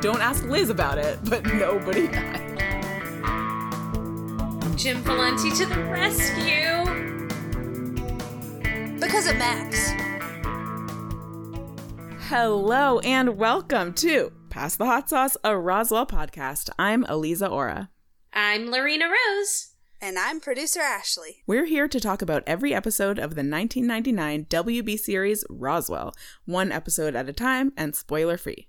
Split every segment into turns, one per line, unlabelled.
don't ask Liz about it, but nobody.
Jim Valenti to the rescue.
Because of Max.
Hello and welcome to Pass the Hot Sauce, a Roswell podcast. I'm Aliza Ora.
I'm Lorena Rose.
And I'm producer Ashley.
We're here to talk about every episode of the 1999 WB series Roswell, one episode at a time and spoiler free.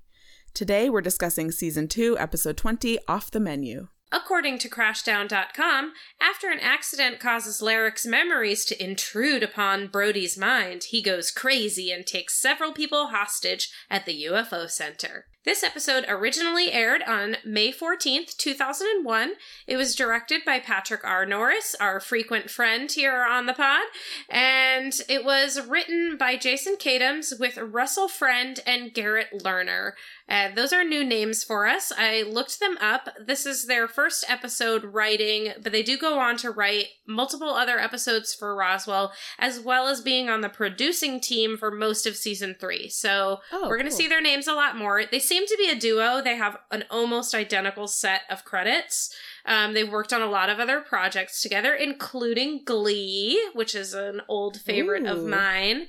Today we're discussing season 2, episode 20, Off the Menu.
According to Crashdown.com, after an accident causes Larrick's memories to intrude upon Brody's mind, he goes crazy and takes several people hostage at the UFO Center. This episode originally aired on May 14th, 2001. It was directed by Patrick R. Norris, our frequent friend here on the pod, and it was written by Jason Kadams with Russell Friend and Garrett Lerner. Uh, those are new names for us. I looked them up. This is their first episode writing, but they do go on to write multiple other episodes for Roswell, as well as being on the producing team for most of season three. So
Oh,
we're going to
cool.
see their names a lot more. They seem to be a duo. They have an almost identical set of credits. Um, they've worked on a lot of other projects together, including Glee, which is an old favorite of
Ooh.
mine,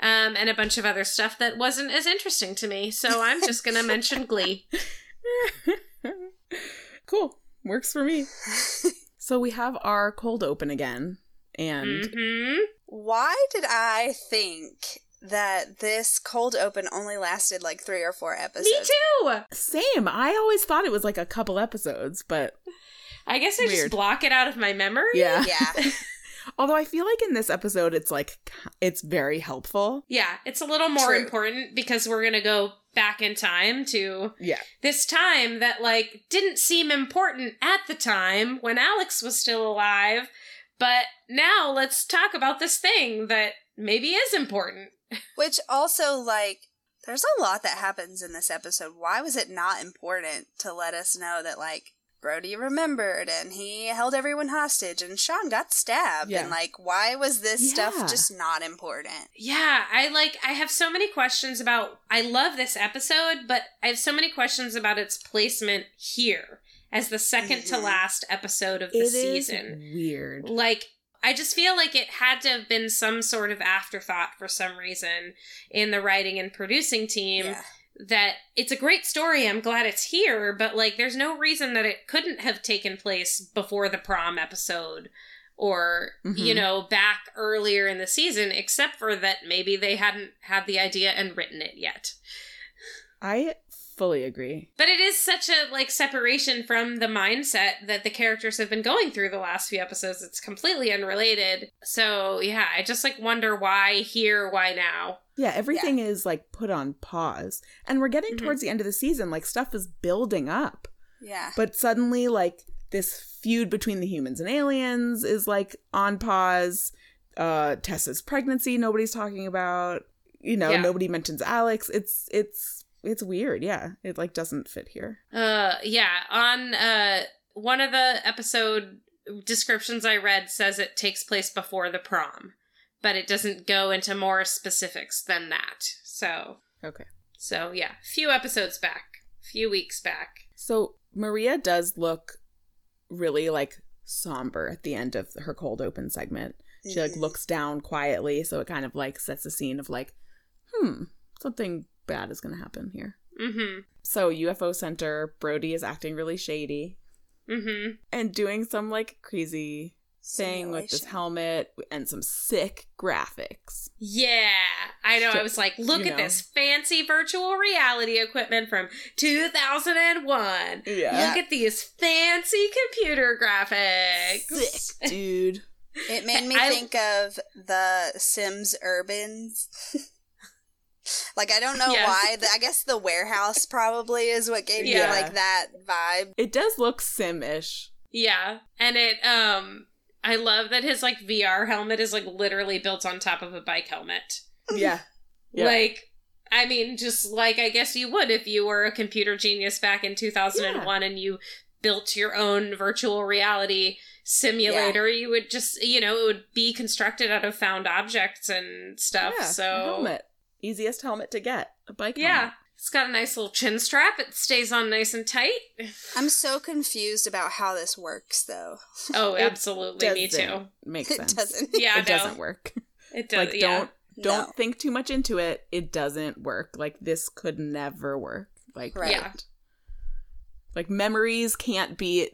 um, and a bunch of other stuff that wasn't as interesting to me. So I'm just going to mention Glee.
Cool. Works for me. so we have our cold open again. And
hmm
Why did I think that this cold open only lasted like three or four episodes?
Me too.
same, I always thought it was like a couple episodes, but
I guess I
Weird.
just block it out of my memory.
yeah.
Yeah.
Although I feel like in this episode, it's like, it's very helpful.
Yeah, it's a little more
True.
important because we're going to go back in time to
Yeah.
this time that like didn't seem important at the time when Alex was still alive, but now let's talk about this thing that maybe is important.
Which also, like, there's a lot that happens in this episode. Why was it not important to let us know that, like, Brody remembered and he held everyone hostage and Sean got stabbed?
Yeah.
And, like, why was this
Yeah.
stuff just not important?
Yeah, I like I have so many questions about I love this episode, but I have so many questions about its placement here as the 2nd to
Mhm.
last episode of the
It is
season.
weird.
Like, I just feel like it had to have been some sort of afterthought for some reason in the writing and producing team
Yeah.
that it's a great story. I'm glad it's here, but like, there's no reason that it couldn't have taken place before the prom episode or,
Mhm.
you know, back earlier in the season, except for that maybe they hadn't had the idea and written it yet.
I fully agree.
But it is such a like separation from the mindset that the characters have been going through the last few episodes. It's completely unrelated. So yeah, I just like wonder why here, why now.
Yeah, everything is like put on pause. And we're getting
Mhm.
towards the end of the season. Like stuff is building up.
Yeah.
But suddenly, like this feud between the humans and aliens is like on pause. Uh Tessa's pregnancy, nobody's talking about. You know,
Yeah.
nobody mentions Alex. It's it's it's weird. Yeah. It like doesn't fit here.
Uh yeah, on uh one of the episode descriptions I read says it takes place before the prom, but it doesn't go into more specifics than that. So
Okay.
so yeah, few episodes back, few weeks back.
So Maria does look really like somber at the end of her cold open segment. She like
Mhm.
looks down quietly, so it kind of like sets a scene of like, hmm, something bad is gonna happen here.
Mm-hmm.
So UFO Center, Brody is acting really shady
Mm-hmm.
and doing some like crazy thing with this
Simulation.
helmet and some sick graphics.
Yeah, I know.
So,
I was like, look
you
at
know.
this fancy virtual reality equipment from 2001.
Yeah.
Look at these fancy computer graphics.
Sick, dude.
It made me
I-
think of the Sims Urbans. like I don't know
Yeah.
why. The, I guess the warehouse probably is what gave
Yeah.
me like that vibe.
It does look sim-ish.
Yeah. And it um I love that his like VR helmet is like literally built on top of a bike helmet.
Yeah. Yeah.
Like I mean, just like I guess you would if you were a computer genius back in 2001 and you built your own virtual reality simulator, you would just, you know, it would be constructed out of found objects and stuff.
Yeah, a
so
helmet. Easiest helmet to get. A bike
Yeah.
helmet.
It's got a nice little chin strap. It stays on nice and tight.
I'm so confused about how this works, though.
Oh, absolutely. Me too.
Doesn't Make
It
sense.
doesn't.
Yeah,
it
no,
doesn't work.
It does.
like
yeah.
don't don't
No.
think too much into it. It doesn't work. Like this could never work. Like
Right.
Yeah.
Like memories can't be,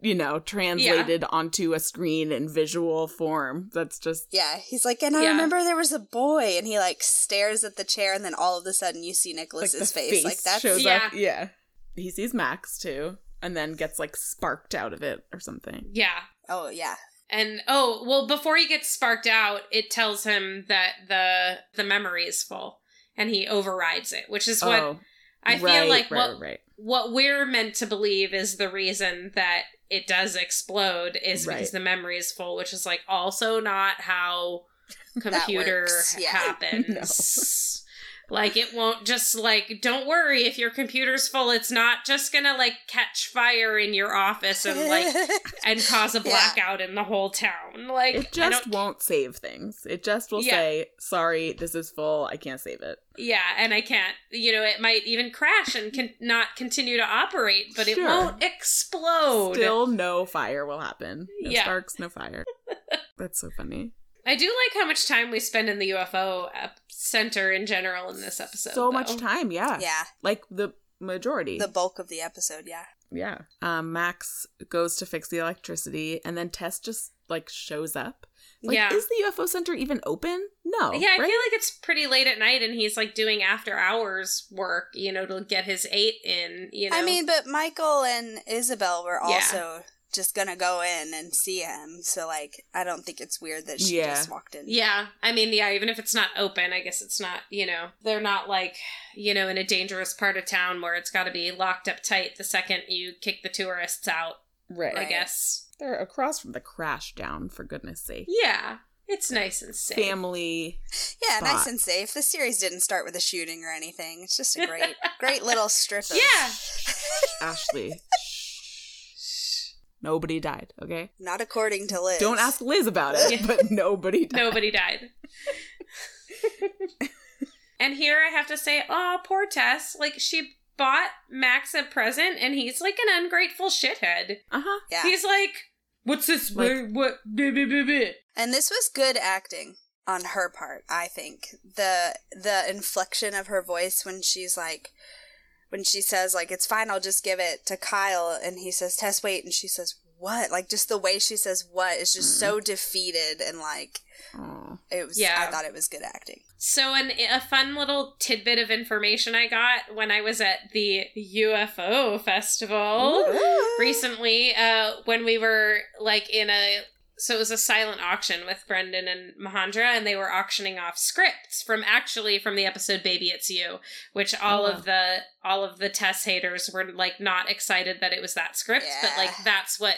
you know, translated onto a screen in visual form. That's just
Yeah, he's like, and I
Yeah.
remember there was a boy, and he like stares at the chair, and then all of a sudden you see
like
Nicholas's
the
face. like that's
shows
Yeah.
up. Yeah. He sees Max too, and then gets like sparked out of it or something.
Yeah.
oh yeah,
And oh, well before he gets sparked out, it tells him that the the memory is full and he overrides it, which is what
oh,
I feel
right,
like
right,
what
right, right.
what we're meant to believe is the reason that it does explode is because
Right.
the memory is full, which is like also not how computer
works, yeah.
happens. Like it won't just like don't worry if your computer's full, it's not just gonna like catch fire in your office and like and cause a
Yeah.
blackout in the whole town. Like
It
I
just
don't-
won't save things. It just will
Yeah.
say, "Sorry, this is full. I can't save it."
yeah, and I can't. You know, it might even crash and can not continue to operate, but it
Sure.
won't explode.
Still no fire will happen. No
Oh, Yeah.
sparks, no fire. That's so funny.
I do like how much time we spend in the UFO ep- center in general in this episode.
So much
though.
time, yeah.
yeah,
Like the majority.
the bulk of the episode. Yeah,
yeah. Um, Max goes to fix the electricity and then Tess just like shows up. Like,
yeah.
is the UFO center even open? No.
yeah, I
right?
feel like it's pretty late at night and he's like doing after hours work, you know, to get his eight in, you know.
I mean, but Michael and Isabel were
Yeah.
also just gonna go in and see him, so like I don't think it's weird that she
Yeah.
just walked in.
Yeah, I mean, yeah, even if it's not open, I guess it's not, you know, they're not like, you know, in a dangerous part of town where it's got to be locked up tight the second you kick the tourists out,
right.
I guess.
They're across from the crash down, for goodness sake.
Yeah, it's nice and safe.
Family.
Yeah, nice
Spot.
and safe. The series didn't start with a shooting or anything. It's just a great, great little strip. Of,
Yeah.
Ashley. Shh. Nobody died, okay?
not according to Liz.
Don't ask Liz about it,
Yeah.
but nobody died.
Nobody died. and here I have to say, oh, poor Tess. Like, she bought Max a present, and he's like an ungrateful shithead.
Uh huh.
Yeah,
He's like, what's this?
Like-
Wait, what? Blah, blah, blah, blah."
and this was good acting on her part. I think the the inflection of her voice when she's like. When she says like it's fine, I'll just give it to Kyle, and he says Tess, wait, and she says what? Like just the way she says what is just
Mm.
so defeated, and like
Aw.
it was.
Mm-hmm. Yeah.
I thought it was good acting.
So, an, a fun little tidbit of information I got when I was at the UFO festival recently, uh, when we were like in a so it was a silent auction with Brendan and Mahendra, and they were auctioning off scripts from actually from the episode "Baby It's You," which all
Oh,
of the all of the Tess haters were like not excited that it was that script, but
Yeah.
like that's what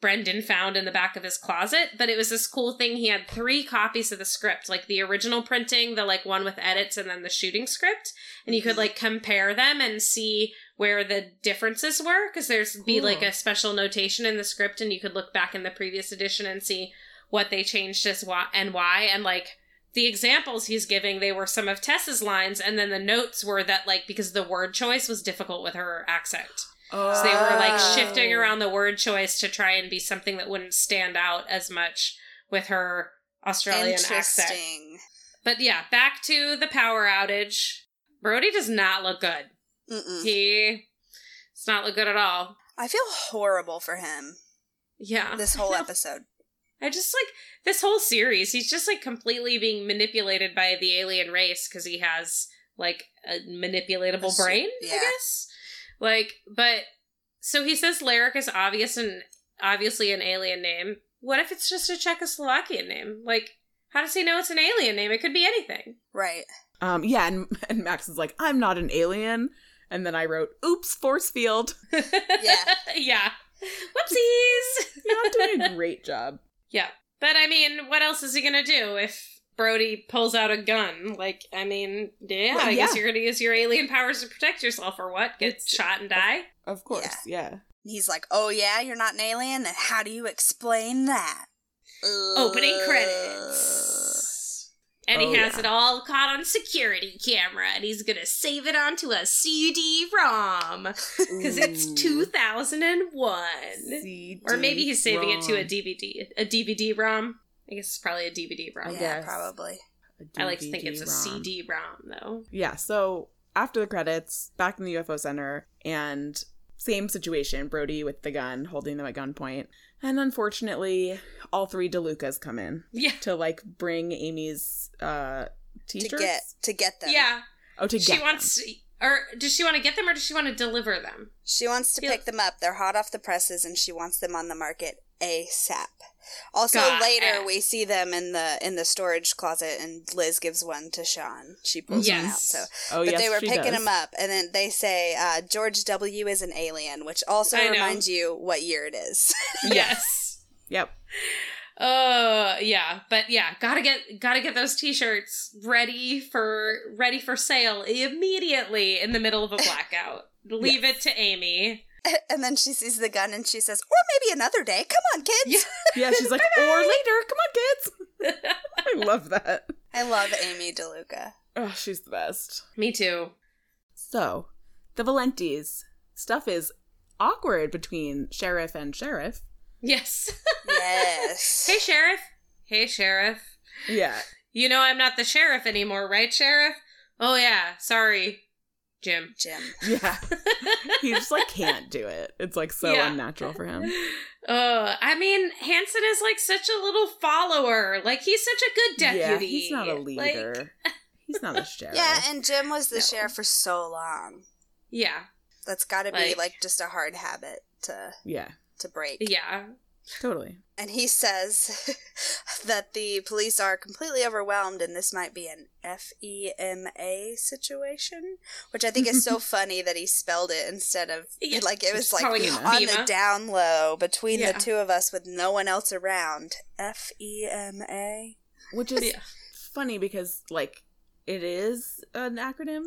Brendan found in the back of his closet, but it was this cool thing. He had three copies of the script, like the original printing, the like one with edits, and then the shooting script. And you could
Mhm.
like compare them and see where the differences were, because there's be
Cool.
like a special notation in the script, and you could look back in the previous edition and see what they changed as why and why, and like the examples he's giving, they were some of Tess's lines, and then the notes were that like because the word choice was difficult with her accent.
Oh.
So they were like
Oh.
shifting around the word choice to try and be something that wouldn't stand out as much with her Australian accent.
Interesting.
But yeah, back to the power outage. Brody does not look good.
Mm-mm.
He does not look good at all.
I feel horrible for him
Yeah.
this whole episode.
I just like this whole series, he's just like completely being manipulated by the alien race because he has like a
A
manipulatable
su-
brain, I
yeah.
guess. Like, but so he says Larrick is obvious and obviously an alien name. What if it's just a Czechoslovakian name? Like, how does he know it's an alien name? It could be anything.
Right.
Um, yeah, and, and Max is like, I'm not an alien. And then I wrote, oops, force field.
Yeah.
yeah. Whoopsies.
Not doing a great job.
Yeah. But I mean, what else is he going to do if Brody pulls out a gun? Like, I mean, yeah,
Well,
I guess
yeah.
you're going to use your alien powers to protect yourself or what? Get
It's-
shot and die?
Of course, yeah.
He's like, "Oh yeah, you're not an alien. Then how do you explain that?"
Opening
Ugh.
credits. And
Oh,
he has
yeah.
it all caught on security camera, and he's gonna save it onto a CD-ROM because it's
Ooh.
2001, or maybe he's saving it to
CD-ROM.
a DVD, a DVD-ROM. I guess it's probably a DVD-ROM.
I
yeah,
guess.
probably.
A
I like to think it's a
DVD-ROM.
CD-ROM though.
Yeah, so after the credits, back in the UFO Center, and same situation Brody with the gun, holding them at gunpoint. And unfortunately, all three DeLucas come in
Yeah,
to like bring Amy's uh, teachers.
To get to get them.
yeah.
oh, to
She
get
wants, or does she want to get them, or does she want to deliver them?
She wants to
Yeah.
pick them up. They're hot off the presses, and she wants them on the market ASAP. Also,
Got
later
it.
we see them in the in the storage closet, and Liz gives one to Sean. She pulls one out.
Yes.
So,
Oh,
but
yes,
they were
she
picking
does.
them up, and then they say uh, George W is an alien, which also
I know.
reminds you what year it is.
Yes.
Yep.
Uh yeah, but yeah, gotta get gotta get those t-shirts ready for ready for sale immediately in the middle of a blackout. Leave it to Amy.
and then she sees the gun, and she says, "Or maybe another day. Come on, kids."
Yeah.
Yeah, she's like, or later. Come on, kids. I love that.
I love Amy DeLuca.
Oh, she's the best.
Me too.
So, the Valentis. Stuff is awkward between Sheriff and Sheriff.
Yes.
Yes.
Hey sheriff. Hey sheriff.
Yeah.
You know I'm not the sheriff anymore, right, sheriff? Oh yeah, sorry. Jim.
Jim.
Yeah. he just like can't do it. It's like so
Yeah.
unnatural for him.
Uh, I mean, Hanson is like such a little follower. Like he's such a good deputy.
Yeah, he's not a
Like,
leader. he's not a sheriff.
Yeah, and Jim was the
No.
sheriff for so long.
yeah,
That's got to be
Like-
like, just a hard habit to
yeah,
to break.
yeah.
totally.
And he says that the police are completely overwhelmed and this might be an FEMA situation, which I think is so funny that he spelled it instead of
Yeah,
like it was
just
like
calling it
on
on the
FEMA.
down low between
E Yeah.
the two of us with no one else around. E FEMA.
Which is
Yeah.
funny because like it is an acronym,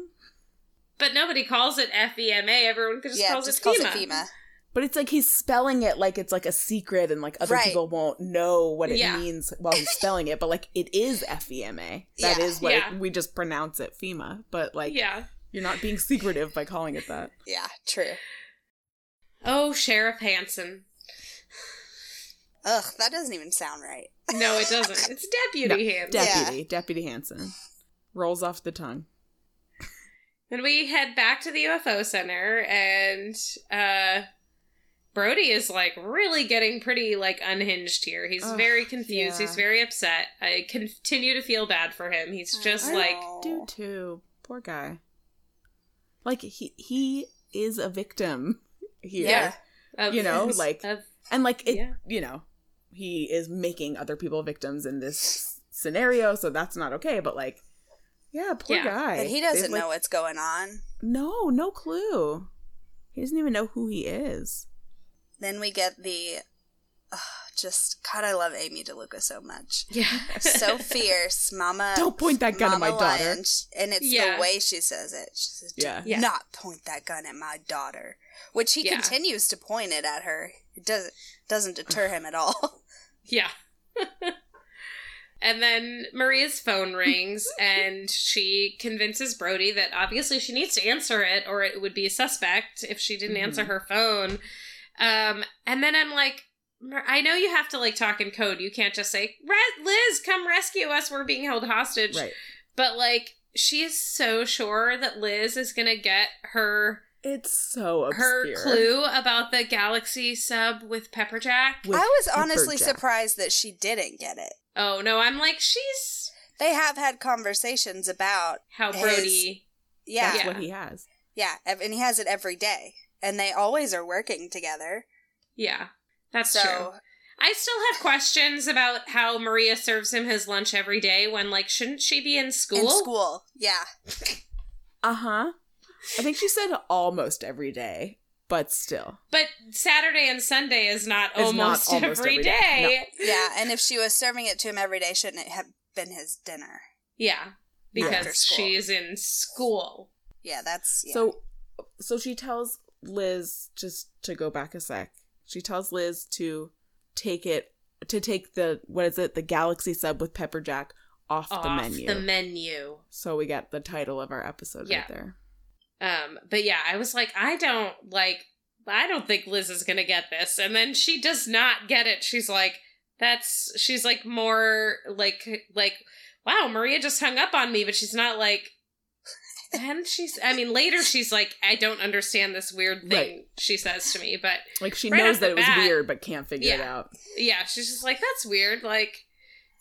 But nobody calls it FEMA. Everyone just
Yeah,
calls,
just
it, E
calls
FEMA.
it E FEMA.
but it's like he's spelling it like it's like a secret and like other
Right.
people won't know what it
Yeah.
means while he's spelling it. But like it is FEMA. That is
Yeah.
what it-
Yeah.
we just pronounce it FEMA. But like
yeah.
you're not being secretive by calling it that.
Yeah, true.
Oh, Sheriff Hanson.
Ugh, that doesn't even sound right.
No, it doesn't. It's Deputy Hanson.
Dep-
Deputy Deputy Hanson rolls off the tongue.
then we head back to the UFO Center, and uh, Brody is like really getting pretty like unhinged here. He's
Ugh,
very confused.
yeah.
He's very upset. I continue to feel bad for him. He's just
I
like,
know.
do too. Poor guy. Like he he is a victim here.
Yeah. of-
You know, like-
of-
And like it
Yeah.
you know, he is making other people victims in this scenario, so that's not okay, but like yeah, poor
Yeah.
guy.
But he doesn't
They've, like-
know what's going on.
No, no clue. He doesn't even know who he is.
Then we get the ugh, just God, I love Amy DeLuca so much.
yeah,
So fierce, Mama.
Don't point that gun at my
Mama
daughter.
Lion. Sh- and it's
Yeah.
the way she says it. She says, "Do
Yeah.
Yeah.
not point that gun at my daughter," which he
Yeah.
continues to point it at her. It doesn't doesn't deter him at all.
Yeah. and then Maria's phone rings and she convinces Brody that obviously she needs to answer it or it would be suspect if she didn't answer
Mhm.
her phone. Um and then I'm like "Mar- I know you have to like talk in code. You can't just say, "Re- "Liz, come rescue us. We're being held hostage."
Right.
But like she is so sure that Liz is going to get her
It's so obscure.
her clue about the galaxy sub with Pepperjack.
With
I was
Pepper
honestly
Jack.
surprised that she didn't get it.
Oh no, I'm like she's
They have had conversations about
how
His-
Brody.
yeah,
That's
Yeah.
what he has.
yeah, ev- and he has it every day, and they always are working together.
Yeah, that's
so
true. I still have questions about how Maria serves him his lunch every day when, like, shouldn't she be in school?
in school, yeah,
Uh-huh. I think she said almost every day, but still.
But Saturday and Sunday is not,
not
almost,
almost
every
every
day.
day.
Yeah, and if she was serving it to him every day, shouldn't it have been his dinner?
Yeah,
After
because
school.
she's in school.
Yeah, that's yeah.
So so she tells Liz just to go back a sec. She tells Liz to take it to take the what is it, the galaxy sub with Pepperjack off,
off
the menu.
the menu.
so we get the title of our episode
Yeah.
right there.
Um, but yeah, I was like, I don't like, I don't think Liz is gonna get this, and then she does not get it. She's like, that's she's like more like like, wow, Maria just hung up on me, but she's not like. And she's, I mean, later she's like, I don't understand this weird thing she says to me, but
Like she
Right
knows
off
that
the
it was
bat.
weird but can't figure it
Yeah.
out.
yeah, she's just like, that's weird. Like,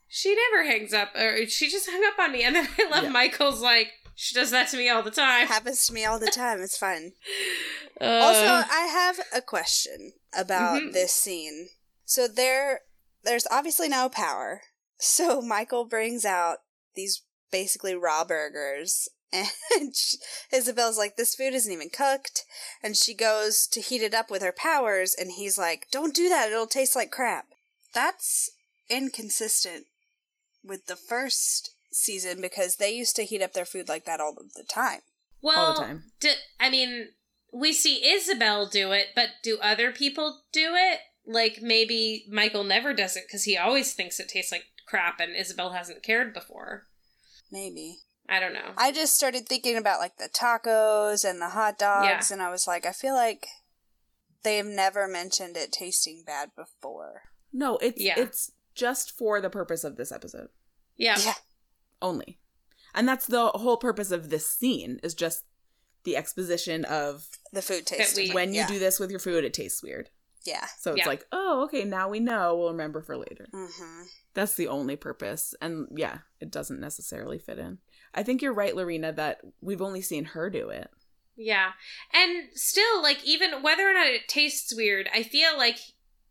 she never hangs up, or she just hung up on me. And then I love
Yeah.
Michael's like, she does that to me all the time.
happens to me all the time. It's fun.
Uh,
also, I have a question about
Mhm.
this scene. So there there's obviously no power. So Michael brings out these basically raw burgers and she, Isabel's like this food isn't even cooked and she goes to heat it up with her powers and he's like don't do that it'll taste like crap. That's inconsistent with the first season because they used to heat up their food like that all of the time.
well,
all the time.
Do, I mean, we see Isabel do it, but do other people do it? Like maybe Michael never does it because he always thinks it tastes like crap, and Isabel hasn't cared before.
Maybe.
I don't know.
I just started thinking about like the tacos and the hot dogs, and I was like, I feel like they have never mentioned it tasting bad before.
No, it's
Yeah.
it's just for the purpose of this episode
yeah,
Yeah.
only. And that's the whole purpose of this scene is just the exposition of
The food tastes
we-
different.
when you
yeah.
do this with your food it tastes weird.
Yeah.
So it's
Yeah.
like, "Oh, okay, now we know. We'll remember for later."
hmm
That's the only purpose. And yeah, it doesn't necessarily fit in. I think you're right, Lorena, that we've only seen her do it.
yeah. And still, like even whether or not it tastes weird, I feel like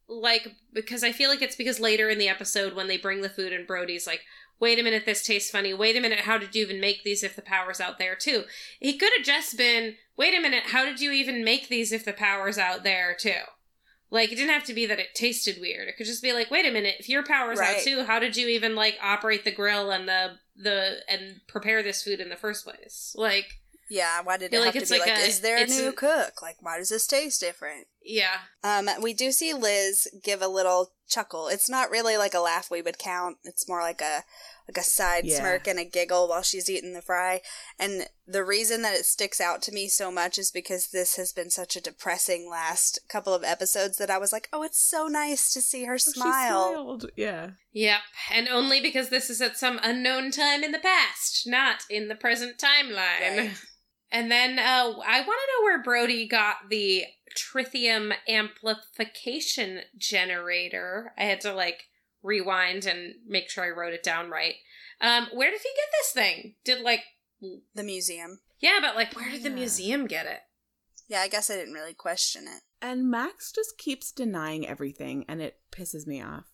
like because I feel like it's because later in the episode when they bring the food and Brody's like. Wait a minute, this tastes funny. Wait a minute, how did you even make these if the power's out there too? He could have just been, wait a minute, how did you even make these if the power's out there too? Like it didn't have to be that it tasted weird. It could just be like, wait a minute, if your power's out
Right.
too, how did you even like operate the grill and the the and prepare this food in the first place? Like,
Yeah. Why did
Feel
it
like
have
it's
to be
like
like,
a-
is there a
it's
new
an-
cook? Like, why does this taste different?
yeah.
Um, we do see Liz give a little chuckle. It's not really like a laugh we would count. It's more like a like a side
Yeah.
smirk and a giggle while she's eating the fry. And the reason that it sticks out to me so much is because this has been such a depressing last couple of episodes that I was like, "Oh, it's so nice to see her
Oh, She
smile."
smiled. Yeah.
Yep, and only because this is at some unknown time in the past, not in the present timeline.
Right.
And then uh, I want to know where Brody got the tritium amplification generator. I had to like rewind and make sure I wrote it down right. Um, where did he get this thing? Did like
The museum.
yeah, but like where did the
Yeah.
museum get it?
Yeah, I guess I didn't really question it.
And Max just keeps denying everything and it pisses me off.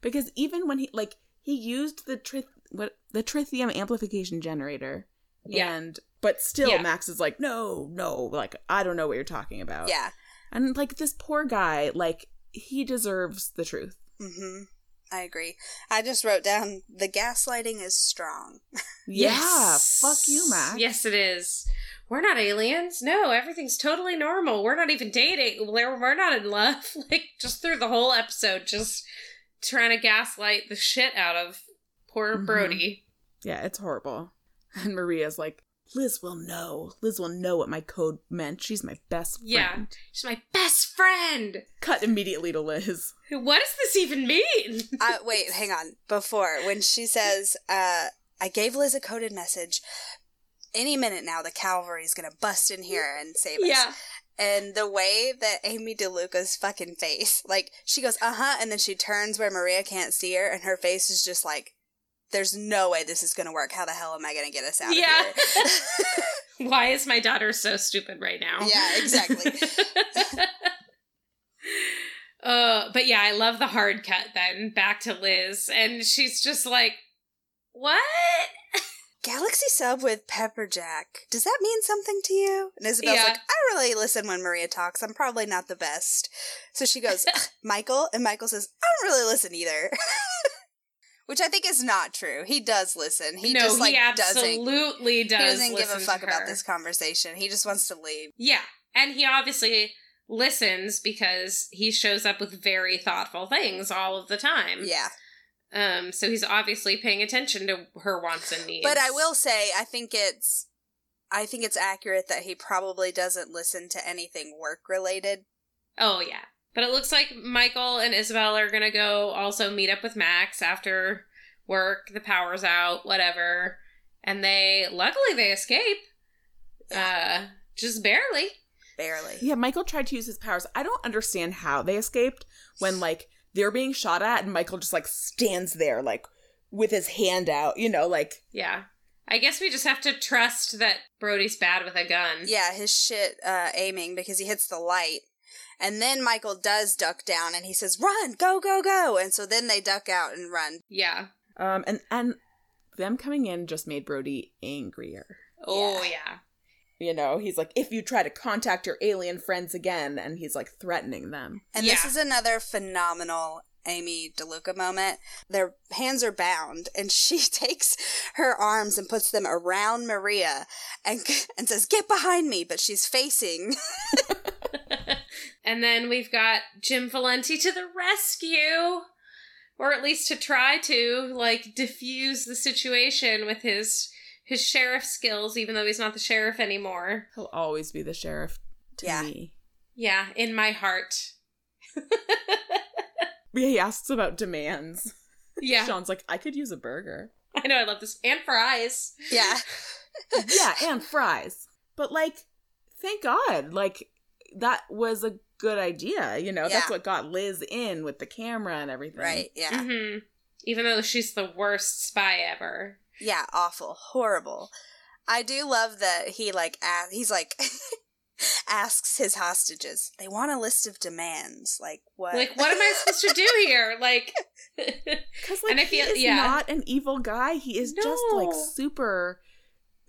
Because even when he like he used the trith what the tritium amplification generator
Yeah,
and but still
Yeah.
Max is like, "No, no, like I don't know what you're talking about."
Yeah.
And like this poor guy, like he deserves the truth.
Mhm. I agree. I just wrote down the gaslighting is strong.
Yeah, Ah, fuck you, Max.
Yes, it is. We're not aliens. No, everything's totally normal. We're not even dating. We're, we're not in love. Like, just through the whole episode, just trying to gaslight the shit out of poor
Mhm.
Brody.
Yeah, it's horrible. And Maria's like, Liz will know. Liz will know what my code meant. She's my best friend.
Yeah. She's my best friend.
Cut immediately to Liz.
What does this even mean?
uh, wait, hang on. Before, when she says, uh, I gave Liz a coded message. Any minute now, the cavalry's going to bust in here and save us.
yeah.
And the way that Amy DeLuca's fucking face, like, she goes, uh huh, and then she turns where Maria can't see her, and her face is just like, there's no way this is going to work. How the hell am I going to get us out
Yeah.
of here?
Why is my daughter so stupid right now?
Yeah, exactly.
uh, but yeah, I love the hard cut then back to Liz, and she's just like, "What?"
Galaxy sub with Pepper Jack. Does that mean something to you? And Isabel's
Yeah.
like, I really listen when Maria talks. I'm probably not the best. So she goes, "Ugh, Michael. And Michael says, I don't really listen either. Which I think is not true. He does listen. He
no,
just like
he
doesn't.
absolutely
he
does.
doesn't give a
listen to
fuck about
her.
this conversation. He just wants to leave.
Yeah, and he obviously listens because he shows up with very thoughtful things all of the time.
Yeah.
Um, so he's obviously paying attention to her wants and needs.
But I will say, I think it's, I think it's accurate that he probably doesn't listen to anything work related.
Oh yeah. But it looks like Michael and Isabel are gonna go also meet up with Max after work, the power's out, whatever. And they luckily they escape. Uh just barely.
Barely.
Yeah, Michael tried to use his powers. I don't understand how they escaped when like they're being shot at and Michael just like stands there like with his hand out, you know, like
Yeah. I guess we just have to trust that Brody's bad with a gun.
Yeah, his shit uh, aiming because he hits the light. And then Michael does duck down and he says, run, go, go, go. And so then they duck out and run.
Yeah.
um and and them coming in just made Brody angrier.
Oh yeah.
You know, he's like if you try to contact your alien friends again and he's like threatening them.
And this
Yeah.
is another phenomenal Amy DeLuca moment. Their hands are bound, and she takes her arms and puts them around Maria and, and says, Get behind me. But she's facing.
And then we've got Jim Valenti to the rescue, or at least to try to like diffuse the situation with his his sheriff skills, even though he's not the sheriff anymore.
He'll always be the sheriff to
Yeah.
me.
Yeah, in my heart.
Yeah, he asks about demands.
Yeah,
Sean's like, I could use a burger.
I know I love this and fries.
Yeah.
yeah, and fries. But like, thank God, like that was a good idea. You know,
Yeah.
that's what got Liz in with the camera and everything.
Right. Yeah.
hmm Even though she's the worst spy ever.
Yeah. Awful. Horrible. I do love that he, like, a- he's like, asks his hostages, They want a list of demands. Like, what?
Like, what am I supposed to do here? Like,
Because like
And I
he
feel-
is
yeah.
not an evil guy. He is just like
No.
super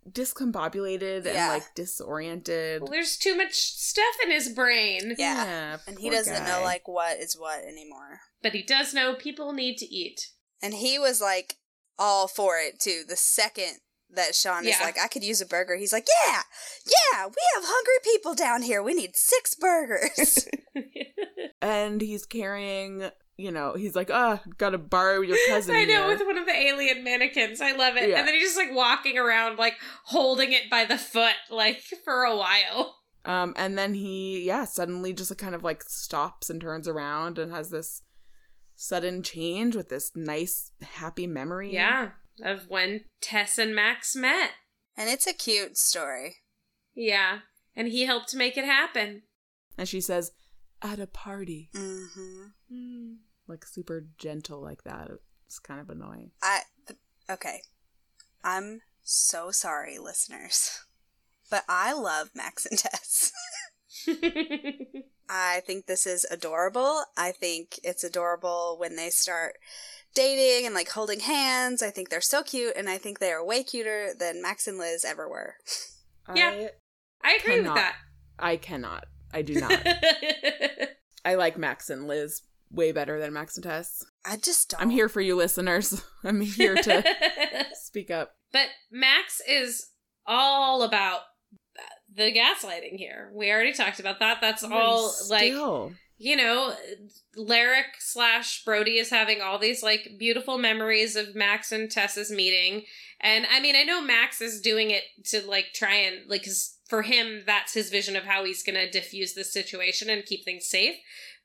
discombobulated
Yeah.
and like disoriented.
there's too much stuff in his brain.
Yeah. and he
poor
doesn't know,
guy.
like, what is what anymore.
But he does know people need to eat.
And he was like all for it too. The second that Sean is
Yeah.
like, I could use a burger, he's like, Yeah, yeah, we have hungry people down here. We need six burgers.
and he's carrying. You know, he's like, oh, gotta borrow your cousin.
I
here."
know with one of the alien mannequins. I love it.
Yeah.
And then he's just like walking around, like holding it by the foot, like for a while.
Um, and then he, yeah, suddenly just kind of like stops and turns around and has this sudden change with this nice, happy memory.
Yeah, of when Tess and Max met.
and it's a cute story.
Yeah, and he helped make it happen.
And she says, at a party.
Mm-hmm.
Like super gentle, like that. It's kind of annoying.
I okay. I'm so sorry, listeners, but I love Max and Tess. I think this is adorable. I think it's adorable when they start dating and like holding hands. I think they're so cute, and I think they are way cuter than Max and Liz ever were.
Yeah. I agree
Cannot.
with
I, I cannot. I do not.
that.
I like Max and Liz way better than Max and Tess.
I just don't.
I'm here for you, listeners. I'm here to speak up.
But Max is all about the gaslighting here. We already talked about that. That's all like
Still.
you know, Larrick slash Brody is having all these like beautiful memories of Max and Tessa's meeting. And I mean, I know Max is doing it to like try and like, 'cause for him, that's his vision of how he's going to diffuse this situation and keep things safe.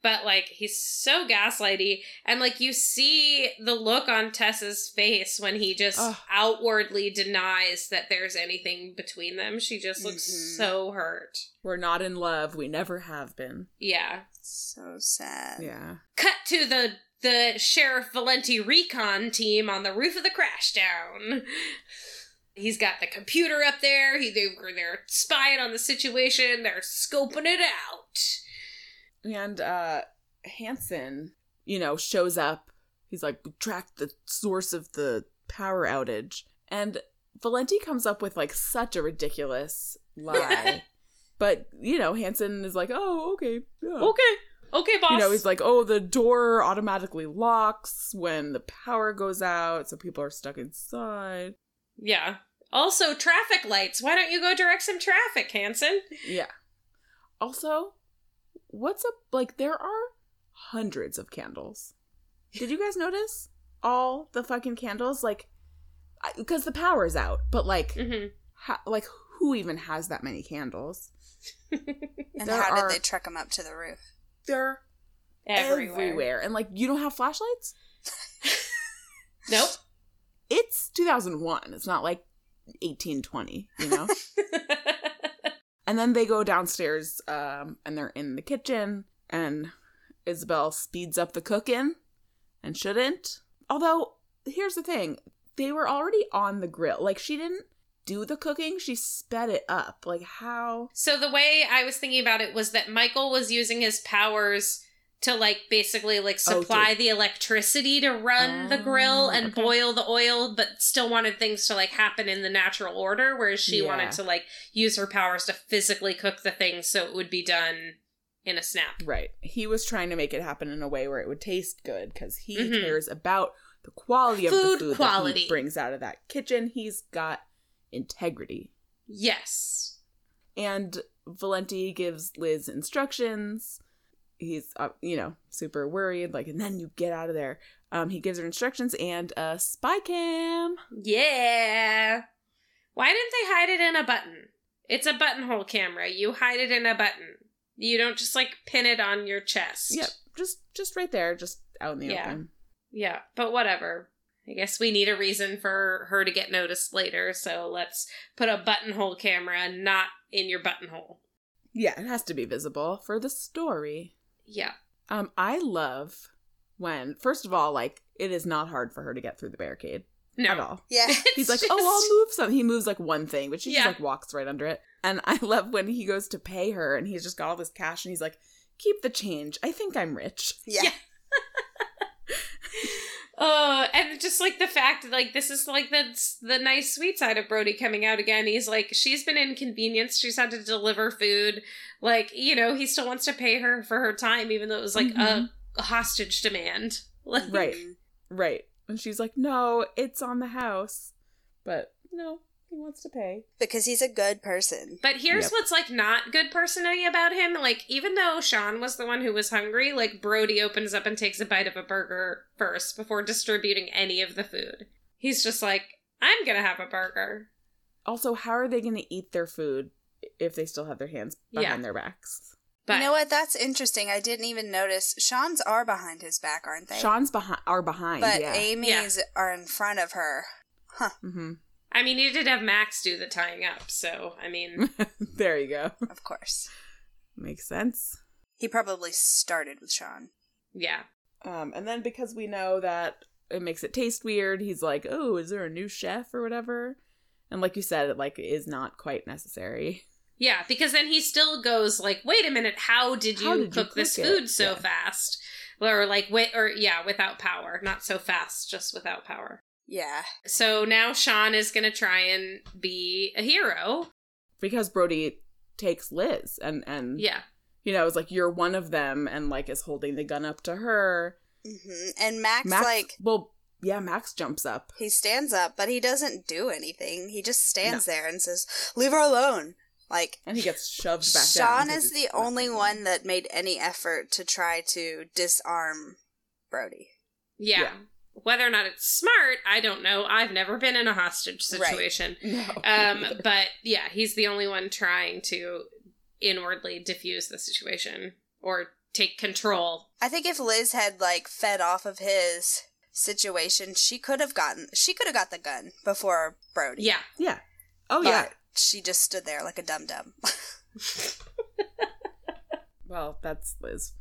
But like, he's so gaslighty. And like, you see the look on Tessa's face when he just
Ugh.
outwardly denies that there's anything between them. She just looks
Mhm.
so hurt.
We're not in love. We never have been.
Yeah.
So sad.
Yeah.
cut to the the sheriff valenti recon team on the roof of the crash down he's got the computer up there he, they, were- they're spying on the situation they're scoping it out
and uh Hanson, you know, shows up. He's like, we tracked the source of the power outage. And Valenti comes up with like such a ridiculous lie. but, you know, Hanson is like, oh, okay. yeah."
okay boss
You know, he's like, oh, the door automatically locks when the power goes out, so people are stuck inside.
yeah also traffic lights why don't you go direct some traffic hanson
Yeah. Also, what's up? Like, there are hundreds of candles. Did you guys notice? all the fucking candles? Like, because the power's out, but like,
hmm
ho- like who even has that many candles?
And
There
how
are-
did they truck them up to the roof?
They're
Everywhere.
everywhere, and like you don't have flashlights.
Nope.
It's 2001. It's not like 1820. You know. And then they go downstairs um, and they're in the kitchen, and Isabel speeds up the cooking and shouldn't. Although, here's the thing they were already on the grill. Like, she didn't do the cooking, she sped it up. Like, how?
so the way I was thinking about it was that Michael was using his powers to like basically like
Oh, to-
supply the electricity to run the
Oh,
grill and
okay.
boil the oil, but still wanted things to like happen in the natural order, whereas she
Yeah.
wanted to like use her powers to physically cook the thing so it would be done in a snap.
Right. He was trying to make it happen in a way where it would taste good because he
Mhm.
cares about the quality of the
Food
food that
quality.
he brings out of that kitchen. He's got integrity.
Yes.
and Valenti gives Liz instructions. He's uh, you know super worried, like, and then you get out of there. Um, he gives her instructions and a spy cam.
Yeah. Why didn't they hide it in a button? It's a buttonhole camera. You hide it in a button. You don't just like pin it on your chest.
Yep, just just right there, just out in the
Yeah.
open.
Yeah, but whatever. I guess we need a reason for her to get noticed later, so let's put a buttonhole camera not in your buttonhole.
Yeah, it has to be visible for the story.
Yeah.
Um, I love when first of all, like, it is not hard for her to get through the barricade
No.
at all.
Yeah.
He's
It's
like,
just-
oh, I'll move some. He moves like one thing, but she
Yeah.
just like walks right under it. And I love when he goes to pay her and he's just got all this cash and he's like, keep the change. I think I'm rich.
Yeah.
Yeah. Oh, and just like the fact that like this is like the the nice sweet side of Brody coming out again. He's like she's been inconvenienced. She's had to deliver food. Like you know, he still wants to pay her for her time, even though it was like
Mhm.
a hostage demand. Like
Mm-hmm.
Right. Right. And she's like, no, it's on the house. But no, he wants to pay.
Because he's a good person.
But here's
Yep.
what's like not good personality about him. Like, even though Sean was the one who was hungry, like Brody opens up and takes a bite of a burger first before distributing any of the food. He's just like, I'm gonna have a burger.
Also, how are they going to eat their food if they still have their hands behind
Yeah.
their backs?
But
you know what? That's interesting. I didn't even notice. Sean's are behind his back, aren't they?
Sean's behind are behind.
but
yeah.
Amy's are in front of her.
hmm
I mean, he did have Max do the tying up, so I mean,
there you go.
Of course.
Makes sense.
He probably started with Sean.
yeah.
Um, and then because we know that it makes it taste weird, he's like, "Oh, is there a new chef or whatever?" And like you said, it like is not quite necessary.
Yeah, because then he still goes like, "Wait a minute, how did you
How did you
cook this
cook it?
food so
Yeah.
fast?" Or like, wait, or yeah, without power, not so fast, just without power.
Yeah.
So now Sean is gonna try and be a hero.
Because Brody takes Liz and and
Yeah.
you know, it's like you're one of them, and like is holding the gun up to her.
hmm And Max,
Max,
like,
well, yeah, Max jumps up.
he stands up, but he doesn't do anything. He just stands there and says, Leave her alone. Like,
And he gets shoved back down.
Sean
because
is
he's
the
not
only
breathing.
one that made any effort to try to disarm Brody.
Yeah.
Yeah.
Whether or not it's smart, I don't know. I've never been in a hostage
Right.
situation.
No,
Um,
neither.
but yeah, he's the only one trying to inwardly diffuse the situation or take control.
I think if Liz had like fed off of his situation, she could have gotten she could have got the gun before Brody.
Yeah.
yeah. Oh
But
yeah.
She just stood there like a dum dum.
Well, that's Liz.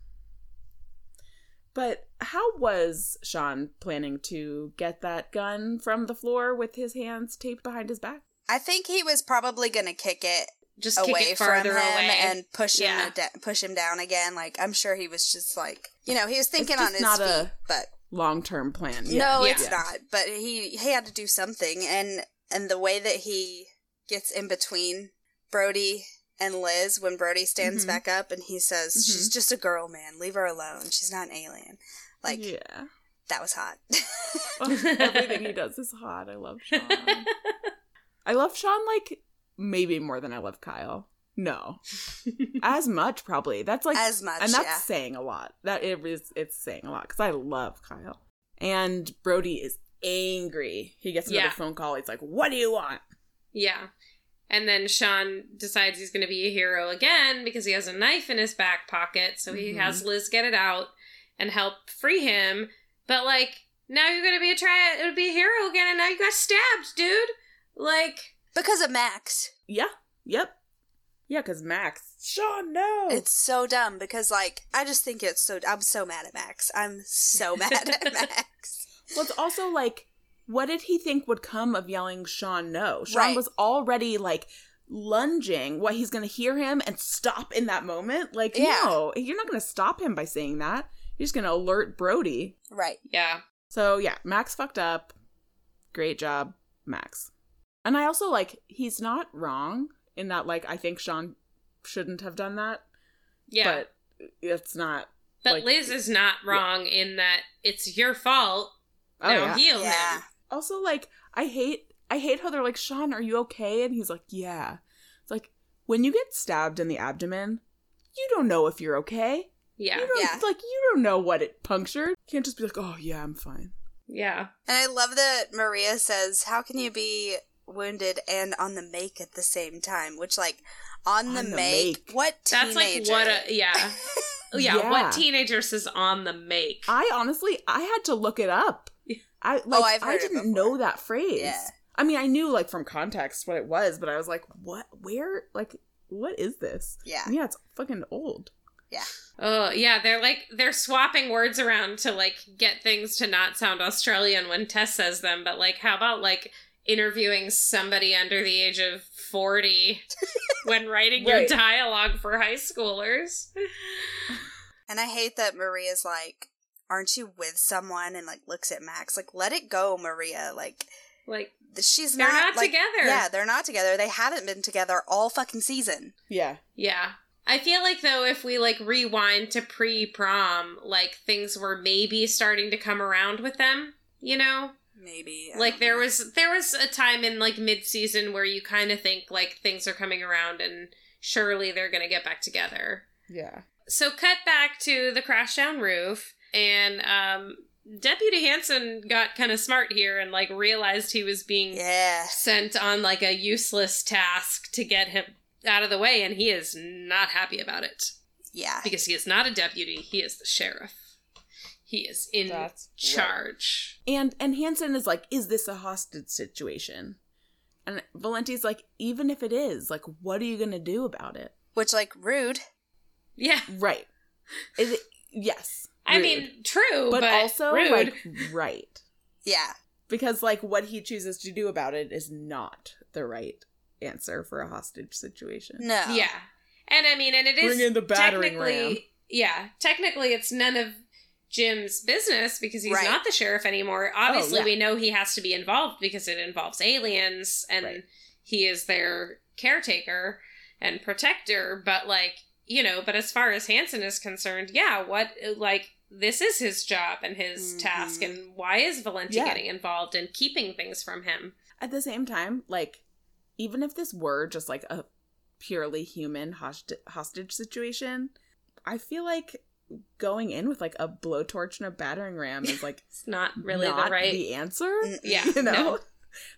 But how was Sean planning to get that gun from the floor with his hands taped behind his back?
I think he was probably gonna kick it
Just
away
kick it
from
farther
him
away.
and push
Yeah.
him da- push him down again. Like I'm sure he was just like you know he was thinking
just
on his
not
feet,
a-
but
Long term plan. Yeah.
no,
yeah.
it's not. But he he had to do something, and and the way that he gets in between Brody and Liz when Brody stands
Mhm.
back up and he says,
Mhm.
"She's just a girl, man. Leave her alone. She's not an alien." Like
yeah.
that was hot.
Everything he does is hot. I love Sean. I love Sean like maybe more than I love Kyle. No. As much probably. That's like
as much,
and that's
yeah.
saying a lot. That it is it's saying a lot cuz I love Kyle. And Brody is angry. He gets another
Yeah.
phone call. He's like, What do you want?
Yeah. And then Sean decides he's going to be a hero again because he has a knife in his back pocket. So he
Mhm.
has Liz get it out and help free him. But like, now you're going to be a try to be a hero again and now you got stabbed, dude. Like,
Because of Max.
Yeah. Yep. Yeah, because Max. Sean, no.
It's so dumb because, like, I just think it's so. I'm so mad at Max. I'm so mad at Max.
Well, it's also like, what did he think would come of yelling Sean no? Sean
Right.
was already like lunging. What he's going to hear him and stop in that moment? Like,
Yeah.
no, you're not going to stop him by saying that. You're just going to alert Brody.
Right.
yeah.
So yeah, Max fucked up. Great job, Max. And I also like he's not wrong in that like I think Sean shouldn't have done that,
Yeah. But,
but it's not. like-
Liz is not wrong in that it's your fault.
Oh,
now
yeah.
heal
Yeah.
him.
Also, like, I hate I hate how they're like, Sean, are you okay? And he's like, Yeah. It's like when you get stabbed in the abdomen, you don't know if you're okay.
Yeah.
You don't
Yeah.
like you don't know what it punctured. You can't just be like, Oh yeah, I'm fine.
Yeah.
And I love that Maria says, How can you be wounded and on the make at the same time? Which, like, on, the,
On the
make,
make.
What
That's
teenager?
like what a, yeah. yeah.
Yeah.
What teenager says on the make?
I honestly I had to look it up. I like
I've
I
heard it
didn't
before.
know that phrase.
Yeah.
I mean I knew like from context what it was, but I was like, What where like what is this?
yeah.
And yeah, it's fucking old.
Oh yeah, they're like they're swapping words around to like get things to not sound Australian when Tess says them, but like how about like interviewing somebody under the age of 40 when writing your
Right.
dialogue for high schoolers?
And I hate that Maria's like, Aren't you with someone? And, like, looks at Max. Like, let it go, Maria. Like,
Like
th- she's
they're not,
like,
together.
Yeah, they're not together. They haven't been together all fucking season.
Yeah.
Yeah. I feel like though if we like rewind to pre-prom, like things were maybe starting to come around with them, you know?
Maybe. I
like
don't
there
know.
was there was a time in like mid-season where you kind of think like things are coming around and surely they're going to get back together
Yeah.
so cut back to the crash down roof and um deputy hansen got kind of smart here and like realized he was being
Yeah.
sent on like a useless task to get him out of the way and he is not happy about it
Yeah.
because he is not a deputy he is the sheriff he is in
That's right.
charge
And and Hanson is like, is this a hostage situation? And Valenti's like, even if it is, like, what are you gonna do about it?
Which, like, rude.
yeah
Right. Is it yes.
I
rude.
mean, true,
but,
but,
also
rude.
like right.
Yeah.
Because like what he chooses to do about it is not the right answer for a hostage situation.
No.
yeah, and I mean, and it is
Bring in the battering
technically,
ram.
yeah, technically, it's none of Jim's business because he's
Right.
not the sheriff anymore. Obviously,
Oh, yeah.
we know he has to be involved because it involves aliens, and
Right.
he is their caretaker and protector. But like, you know, but as far as Hanson is concerned, yeah, what like. This is his job and his task,
Mhm.
and why is Valenti
Yeah.
getting involved and keeping things from him?
At the same time, like even if this were just like a purely human host- hostage situation, I feel like going in with like a blowtorch and a battering ram is like
It's not really
not
the right
the answer.
Mm,
Yeah.
you know
No.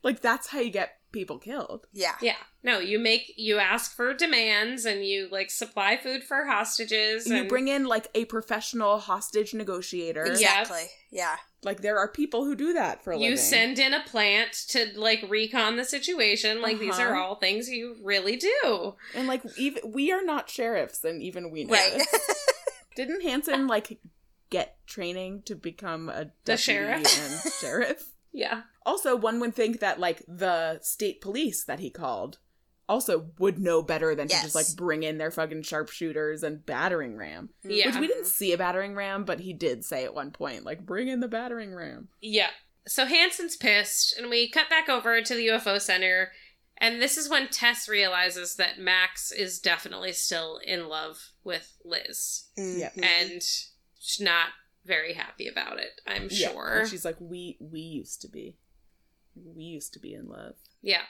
like that's how you get people killed
Yeah.
Yeah. No, you make you ask for demands and you like supply food for hostages and
you bring in like a professional hostage negotiator
Yeah.
Exactly. Yeah.
like there are people who do that for a living
you send in a plant to like recon the situation. Like these are
Uh-huh.
all things you really do.
and like even we are not sheriffs and even we know
Right.
this. didn't hanson like get training to become a deputy
sheriff.
and sheriff
Yeah.
also one would think that like the state police that he called also would know better than to
Yes.
just like bring in their fucking sharpshooters and battering ram
Yeah.
Which we didn't see a battering ram, but he did say at one point, like, bring in the battering ram.
Yeah. So Hanson's pissed and we cut back over to the UFO center and this is when Tess realizes that Max is definitely still in love with Liz
Yeah.
Mhm.
and she's not very happy about it, I'm
Yeah.
sure.
And she's like, we we used to be. We used to be in love.
Yeah.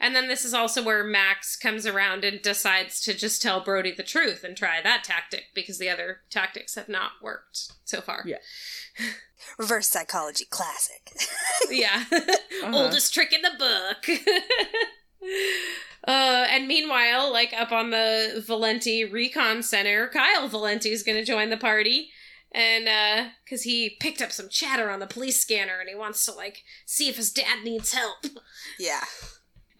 And then this is also where Max comes around and decides to just tell Brody the truth and try that tactic because the other tactics have not worked so far.
Yeah.
Reverse psychology classic.
yeah.
Uh-huh.
Oldest trick in the book. uh, and meanwhile, like up on the Valenti Recon Center, Kyle Valenti is going to join the party. And because he picked up some chatter on the police scanner and he wants to like see if his dad needs help.
yeah.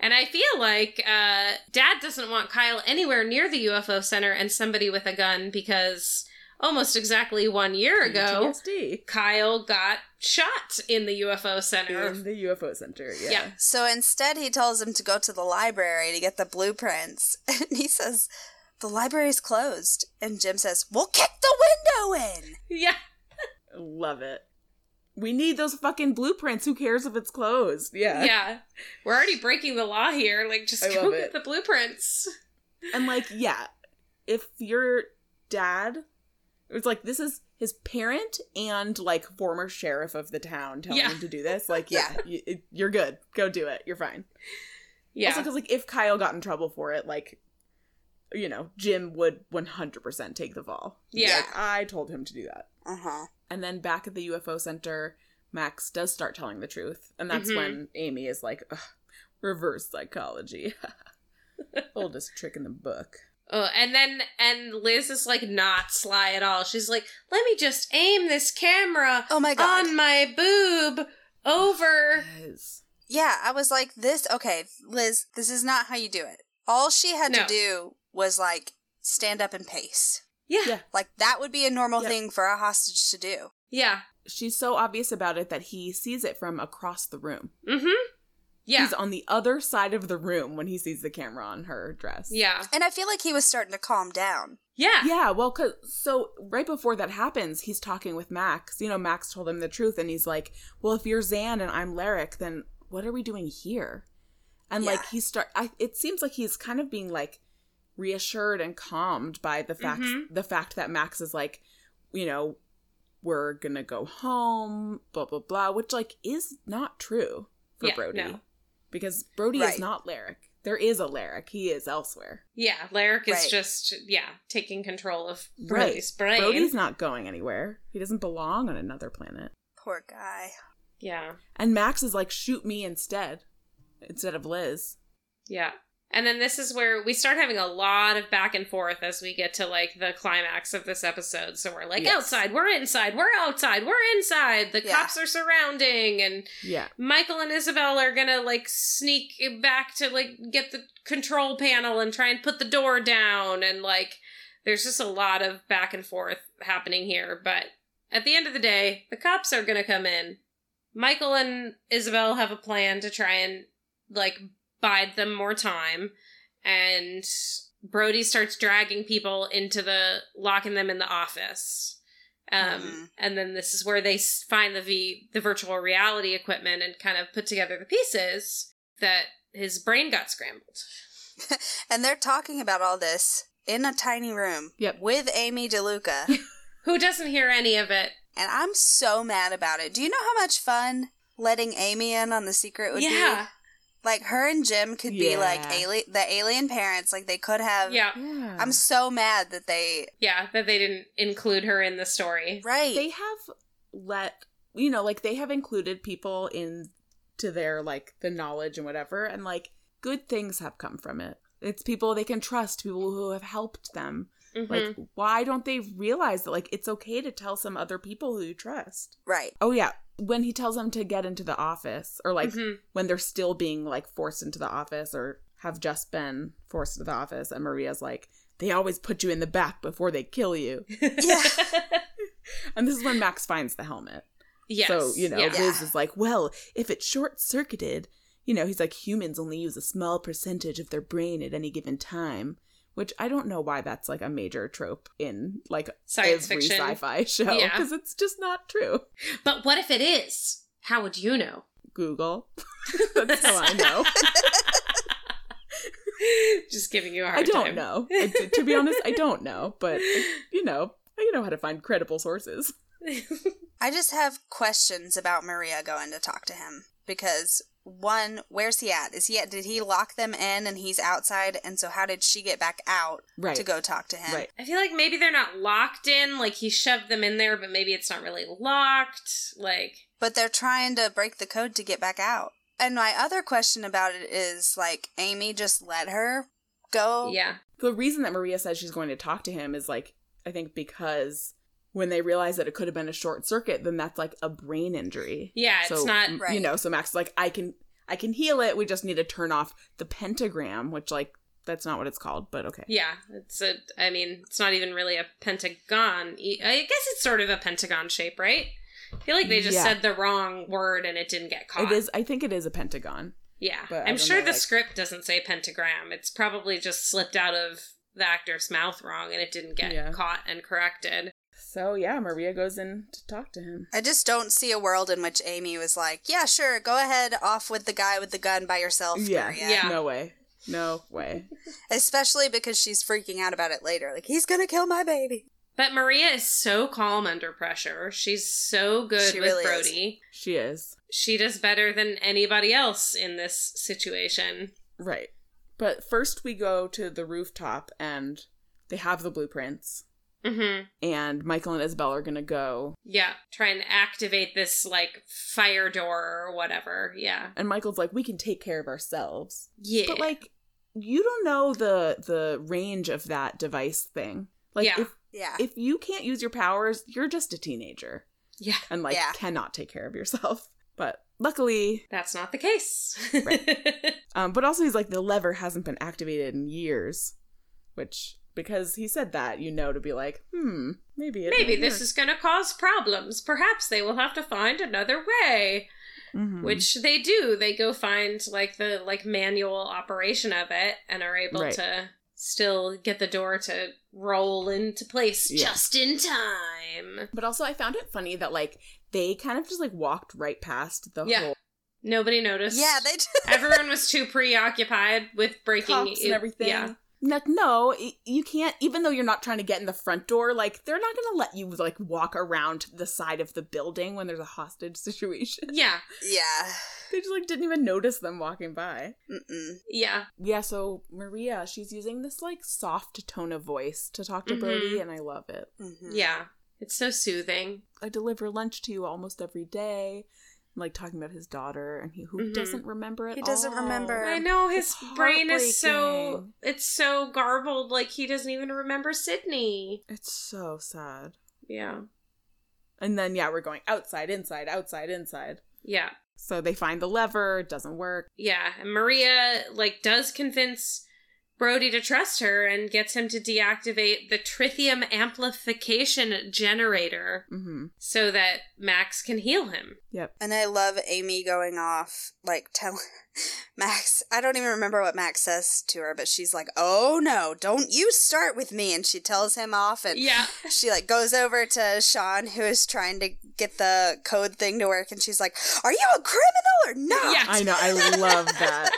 And I feel like uh, dad doesn't want Kyle anywhere near the UFO center and somebody with a gun because almost exactly one year ago,
PTSD
Kyle got shot in the UFO center.
in the UFO Center. Yeah.
Yeah.
So instead, he tells him to go to the library to get the blueprints. And he says, The library's closed. And Jim says, We'll kick the window in.
Yeah.
Love it. We need those fucking blueprints. Who cares if it's closed? Yeah.
Yeah. We're already breaking the law here. Like, just
I
go
love
get
it.
the blueprints.
And like, yeah, if your dad it was like this is his parent and like former sheriff of the town telling
Yeah.
him to do this, like, yeah, you, it- you're good. Go do it. You're fine.
Yeah.
Also, because like if Kyle got in trouble for it, like, you know, Jim would 100% take the fall.
yeah.
Yeah.
I told him to do that.
Uh huh.
And then back at the UFO center, Max does start telling the truth. And that's
Mhm.
when Amy is like, "Ugh, reverse psychology. Oldest trick in the book.
Oh, and then, and Liz is like not sly at all. She's like, let me just aim this camera
Oh my God.
on my boob over.
Yes.
yeah, I was like, This, okay, Liz, this is not how you do it. All she had
No.
to do was like stand up and
Yeah.
pace.
Yeah.
Yeah.
Like, that would be a normal
Yep.
thing for a hostage to do.
She's so obvious about it that he sees it from across the room.
Mm hmm. Yeah.
He's on the other side of the room when he sees the camera on her dress.
Yeah.
And I feel like he was starting to calm down.
Yeah.
Yeah, well, cause so right before that happens, he's talking with Max. You know, Max told him the truth, and he's like, "Well, if you're Zan and I'm Larrick, then what are we doing here?" And like
Yeah.
he start, I, it seems like he's kind of being like reassured and calmed by the fact
Mhm.
the fact that Max is like, you know, we're gonna go home, blah blah blah, which like is not true for
Yeah,
Brody
no.
because Brody
Right.
is not Larrick. There is a Larrick. He is elsewhere.
Yeah. Larrick is
Right.
just, yeah, taking control of
Right.
Brody's brain.
Brody's not going anywhere. He doesn't belong on another planet.
Poor guy.
yeah.
And Max is like, shoot me instead, instead of Liz.
Yeah. And then this is where we start having a lot of back and forth as we get to like the climax of this episode. So we're like
Yes.
outside, we're inside, we're outside, we're inside. The
Yeah.
cops are surrounding and
Yeah.
Michael and Isabel are going to like sneak back to like get the control panel and try and put the door down and like there's just a lot of back and forth happening here, but at the end of the day, the cops are going to come in. Michael and Isabel have a plan to try and like bide them more time and Brody starts dragging people into the locking them in the office. Um,
Mhm.
and then this is where they s- find the v, the virtual reality equipment and kind of put together the pieces that his brain got scrambled.
And they're talking about all this in a tiny room
Yep.
with Amy DeLuca. and
Who doesn't hear any of it?
I'm so mad about it. Do you know how much fun letting Amy in on the secret would
yeah,
be? Like her and Jim could be
Yeah.
like ali- the alien parents. Like they could have.
yeah,
Yeah.
I'm so mad that they.
yeah. That they didn't include her in the story.
Right.
they have let you know, like they have included people in to their like the knowledge and whatever, and like good things have come from it. It's people they can trust, people who have helped them.
Mhm.
Like, why don't they realize that like it's okay to tell some other people who you trust?
right.
Oh yeah, when he tells them to get into the office or like
Mhm.
when they're still being like forced into the office or have just been forced into the office and Maria's like they always put you in the back before they kill you.
Yeah.
And this is when Max finds the helmet.
yes.
so, you know,
yeah.
Liz is like, well, if it's short circuited, you know, he's like, humans only use a small percentage of their brain at any given time, which I don't know why that's like a major trope in like
science
every
fiction.
sci fi show
Yeah.
because it's just not true.
But what if it is? How would you know?
Google. that's how I know.
Just giving you a hard
I don't
time.
know. I- t- to be honest, I don't know, but you know, you know how to find credible sources.
I just have questions about Maria going to talk to him because one, where's he at? Is he at, did he lock them in and he's outside? And so how did she get back out
Right.
to go talk to him?
Right.
I feel like maybe they're not locked in. Like he shoved them in there, but maybe it's not really locked. Like
But they're trying to break the code to get back out. And my other question about it is like, Amy just let her go.
Oh,
yeah,
The reason that Maria says she's going to talk to him is like, I think because when they realize that it could have been a short circuit, then that's like a brain injury.
yeah. It's
So,
not.
m- You
Right.
know, so Max is like, I can I can heal it. We just need to turn off the pentagram, which like that's not what it's called, but okay.
Yeah, it's a. I mean, it's not even really a pentagon. E- I guess it's sort of a pentagon shape, right? I feel like they just
Yeah.
said the wrong word and it didn't get
It
caught.
is I think it is a pentagon.
Yeah,
But I
I'm
don't
sure
know,
the
like-
script doesn't say pentagram. It's probably just slipped out of the actor's mouth wrong and it didn't get
Yeah.
caught and corrected.
So yeah, Maria goes in to talk to him.
I just don't see a world in which Amy was like, yeah, sure, go ahead, off with the guy with the gun by yourself.
Yeah.
Maria."
Yeah.
No way. No way.
Especially because she's freaking out about it later. Like, he's going to kill my baby.
But Maria is so calm under pressure. She's so good
She
with
really is.
Brody.
She is.
She does better than anybody else in this situation.
Right. But first we go to the rooftop and they have the blueprints
hmm
and Michael and Isabel are going to go
Yeah, try and activate this like fire door or whatever. Yeah,
and Michael's like we can take care of ourselves.
yeah.
But like you don't know the the range of that device thing. Like
Yeah.
if
Yeah.
if you can't use your powers, you're just a teenager
yeah,
and like
Yeah.
cannot take care of yourself. But luckily,
that's not the case.
um, but also he's like the lever hasn't been activated in years, which because he said that, you know, to be like, hmm, maybe it
Maybe this is going to cause problems. Perhaps they will have to find another way.
Mm-hmm. Hmm.
which they do they go find like the like manual operation of it and are able
Right.
to still get the door to roll into place
Yeah.
just in time
But also, I found it funny that like they kind of just like walked right past the
Yeah.
whole
nobody noticed
Yeah, they just,
everyone was too preoccupied with breaking
cops and
it-
everything.
yeah
Like no, y- you can't. Even though you're not trying to get in the front door, like they're not gonna let you like walk around the side of the building when there's a hostage situation.
yeah
yeah.
They just like didn't even notice them walking by.
Mm-mm.
yeah
Yeah, so Maria, she's using this like soft tone of voice to talk to
Mhm.
Brody, and I love it.
Mm-hmm.
yeah it's so soothing
I deliver lunch to you almost every day, like talking about his daughter and he who
Mhm.
doesn't remember it.
He doesn't remember.
Oh, i know his
It's
brain is so
heartbreaking.
it's so garbled like he doesn't even remember sydney
It's so sad.
yeah
And then yeah, we're going outside, inside, outside, inside.
yeah
So they find the lever, it doesn't work.
Yeah, and Maria like does convince Brody to trust her and gets him to deactivate the tritium amplification generator
Mm-hmm.
so that Max can heal him.
Yep.
And I love Amy going off, like telling Max. I don't even remember what Max says to her, but she's like, "Oh no, don't you start with me!" And she tells him off, and
Yeah.
she like goes over to Sean, who is trying to get the code thing to work, and she's like, "Are you a criminal or not?"
Yeah.
I know, I love that.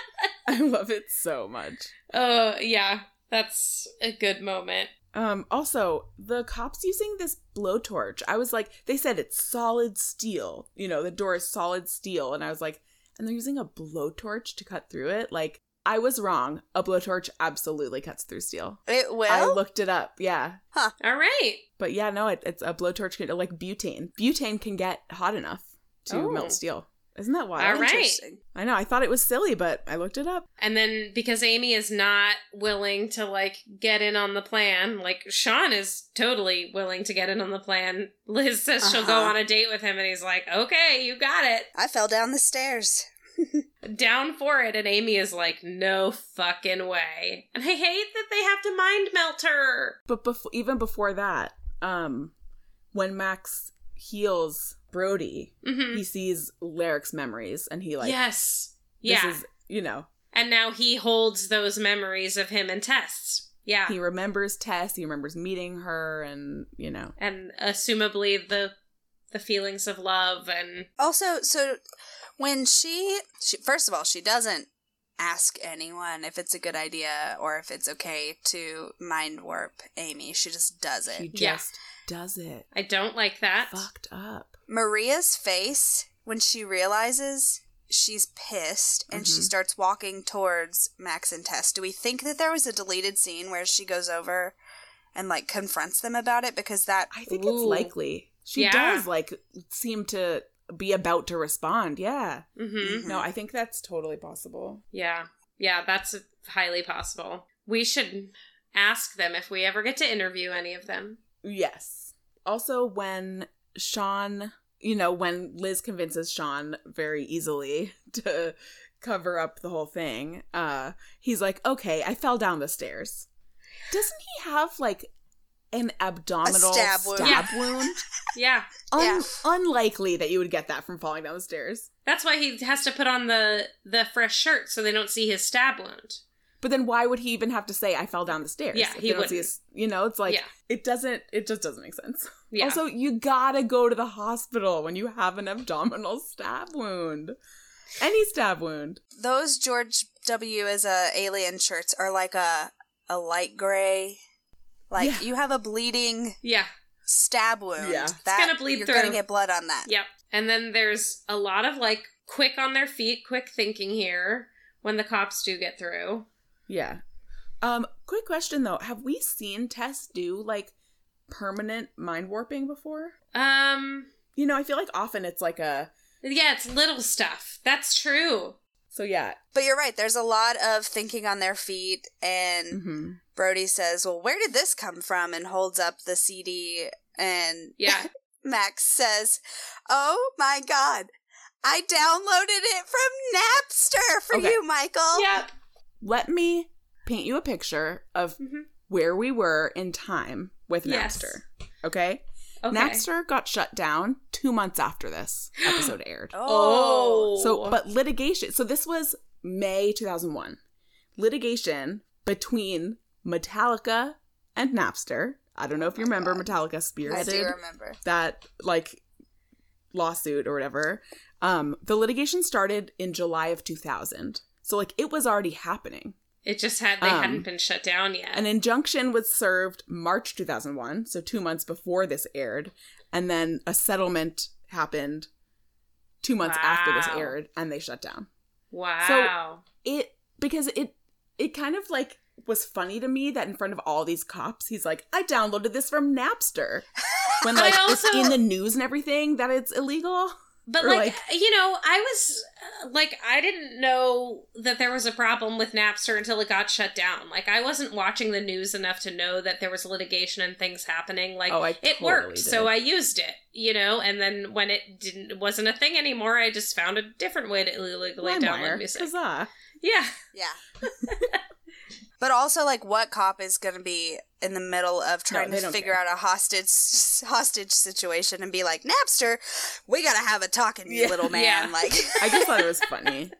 I love it so much.
Oh, yeah. That's a good moment.
Um, also, the cops using this blowtorch, I was like, they said it's solid steel. You know, the door is solid steel. And I was like, and they're using a blowtorch to cut through it? Like, I was wrong. A blowtorch absolutely cuts through steel.
It
I
will.
looked it up. Yeah.
All right.
But yeah, no, it, it's a blowtorch, can, like butane. Butane can get hot enough to
Oh.
melt steel. Isn't that wild?
All right.
Interesting.
I know. I thought it was silly, but I looked it up.
And then because Amy is not willing to like get in on the plan, like Sean is totally willing to get in on the plan. Liz says she'll go
Uh-huh.
on a date with him and he's like, "Okay, you got it."
I fell down the stairs.
down for it and amy is like no fucking way and i hate that they have to mind melt her
But before, even before that, um, when Max heals Brody,
hmm
he sees Lyric's memories and he like
yes
this
yeah
is you know
and now he holds those memories of him and tests yeah
he remembers Tess, he remembers meeting her and you know
and assumably the the feelings of love and
Also, so when she, she first of all, she doesn't ask anyone if it's a good idea or if it's okay to mind warp Amy. She just does it.
he
Yeah.
just does it.
i don't like that
Fucked up.
Maria's face when she realizes she's pissed and she
Mhm.
starts walking towards Max and Tess. Do we think that there was a deleted scene where she goes over and like confronts them about it because that
I think it's
Ooh.
likely. She
Yeah.
does like seem to be about to respond. Yeah.
Mm-hmm.
No, I think that's totally possible.
Yeah. Yeah, that's highly possible. We should ask them if we ever get to interview any of them.
Yes. Also, when Sean, you know, when Liz convinces Sean very easily to cover up the whole thing, uh, he's like, "Okay, I fell down the stairs." Doesn't he have like an abdominal
stab
stab
wound.
wound?
Yeah. Yeah.
Un-
Yeah.
Unlikely that you would get that from falling down the stairs.
That's why he has to put on the the fresh shirt so they don't see his stab wound.
But then, why would he even have to say, "I fell down the stairs"?
Yeah,
if they
he
don't see
wouldn't.
his- you know, it's like
Yeah.
it doesn't. It just doesn't make sense.
Yeah.
Also, you gotta go to the hospital when you have an abdominal stab wound. Any stab wound.
those George W as a alien shirts are like a a light gray. Like
Yeah.
you have a bleeding
yeah.
stab wound.
Yeah.
that,
gonna bleed
you're
through.
gonna get blood on that.
Yep. And then there's a lot of like quick on their feet, quick thinking here when the cops do get through.
Yeah. Um, quick question though. Have we seen Tess do like permanent mind warping before?
Um
You know, I feel like often it's like a
yeah, it's little stuff. That's true.
so yeah.
But you're right. There's a lot of thinking on their feet, and
Mm-hmm.
Brody says, "Well, where did this come from?" and holds up the CD. And
Yeah.
Max says, "Oh my God, I downloaded it from Napster for
Okay.
you, Michael."
yep.
Let me paint you a picture of
Mhm.
where we were in time with
Yes.
Napster. Okay?
Okay.
Napster got shut down two months after this episode aired.
Oh,
So, but litigation. So this was May 2001. Litigation between Metallica and Napster. I don't know if you remember Metallica
Oh I do
spearheaded
remember.
that like lawsuit or whatever. Um, the litigation started in July of 2000. So like it was already happening.
it just had they
um,
hadn't been shut down yet.
An injunction was served March 2001, so two months before this aired, and then a settlement happened two months after this
Wow.
aired, and they shut down.
wow.
it because it it kind of like was funny to me that in front of all these cops he's like i downloaded this from napster when
But
like
I
it's
also-
in the news and everything that it's illegal
But
Or,
like, uh, you know, I was uh, like I didn't know that there was a problem with Napster until it got shut down. Like I wasn't watching the news enough to know that there was litigation and things happening. Like
Oh, I
it
totally
worked, so
did.
I used it, you know, and then when it didn't it wasn't a thing anymore, I just found a different way to illegally download
LimeWire.
music.
Huzzah.
Yeah.
Yeah. but also, like, what cop is going to be in the middle of trying
they
to
don't
figure out a hostage hostage situation and be like, Napster, we got to have a talking, you
Yeah.
little man.
Yeah.
Like,
i just thought it was funny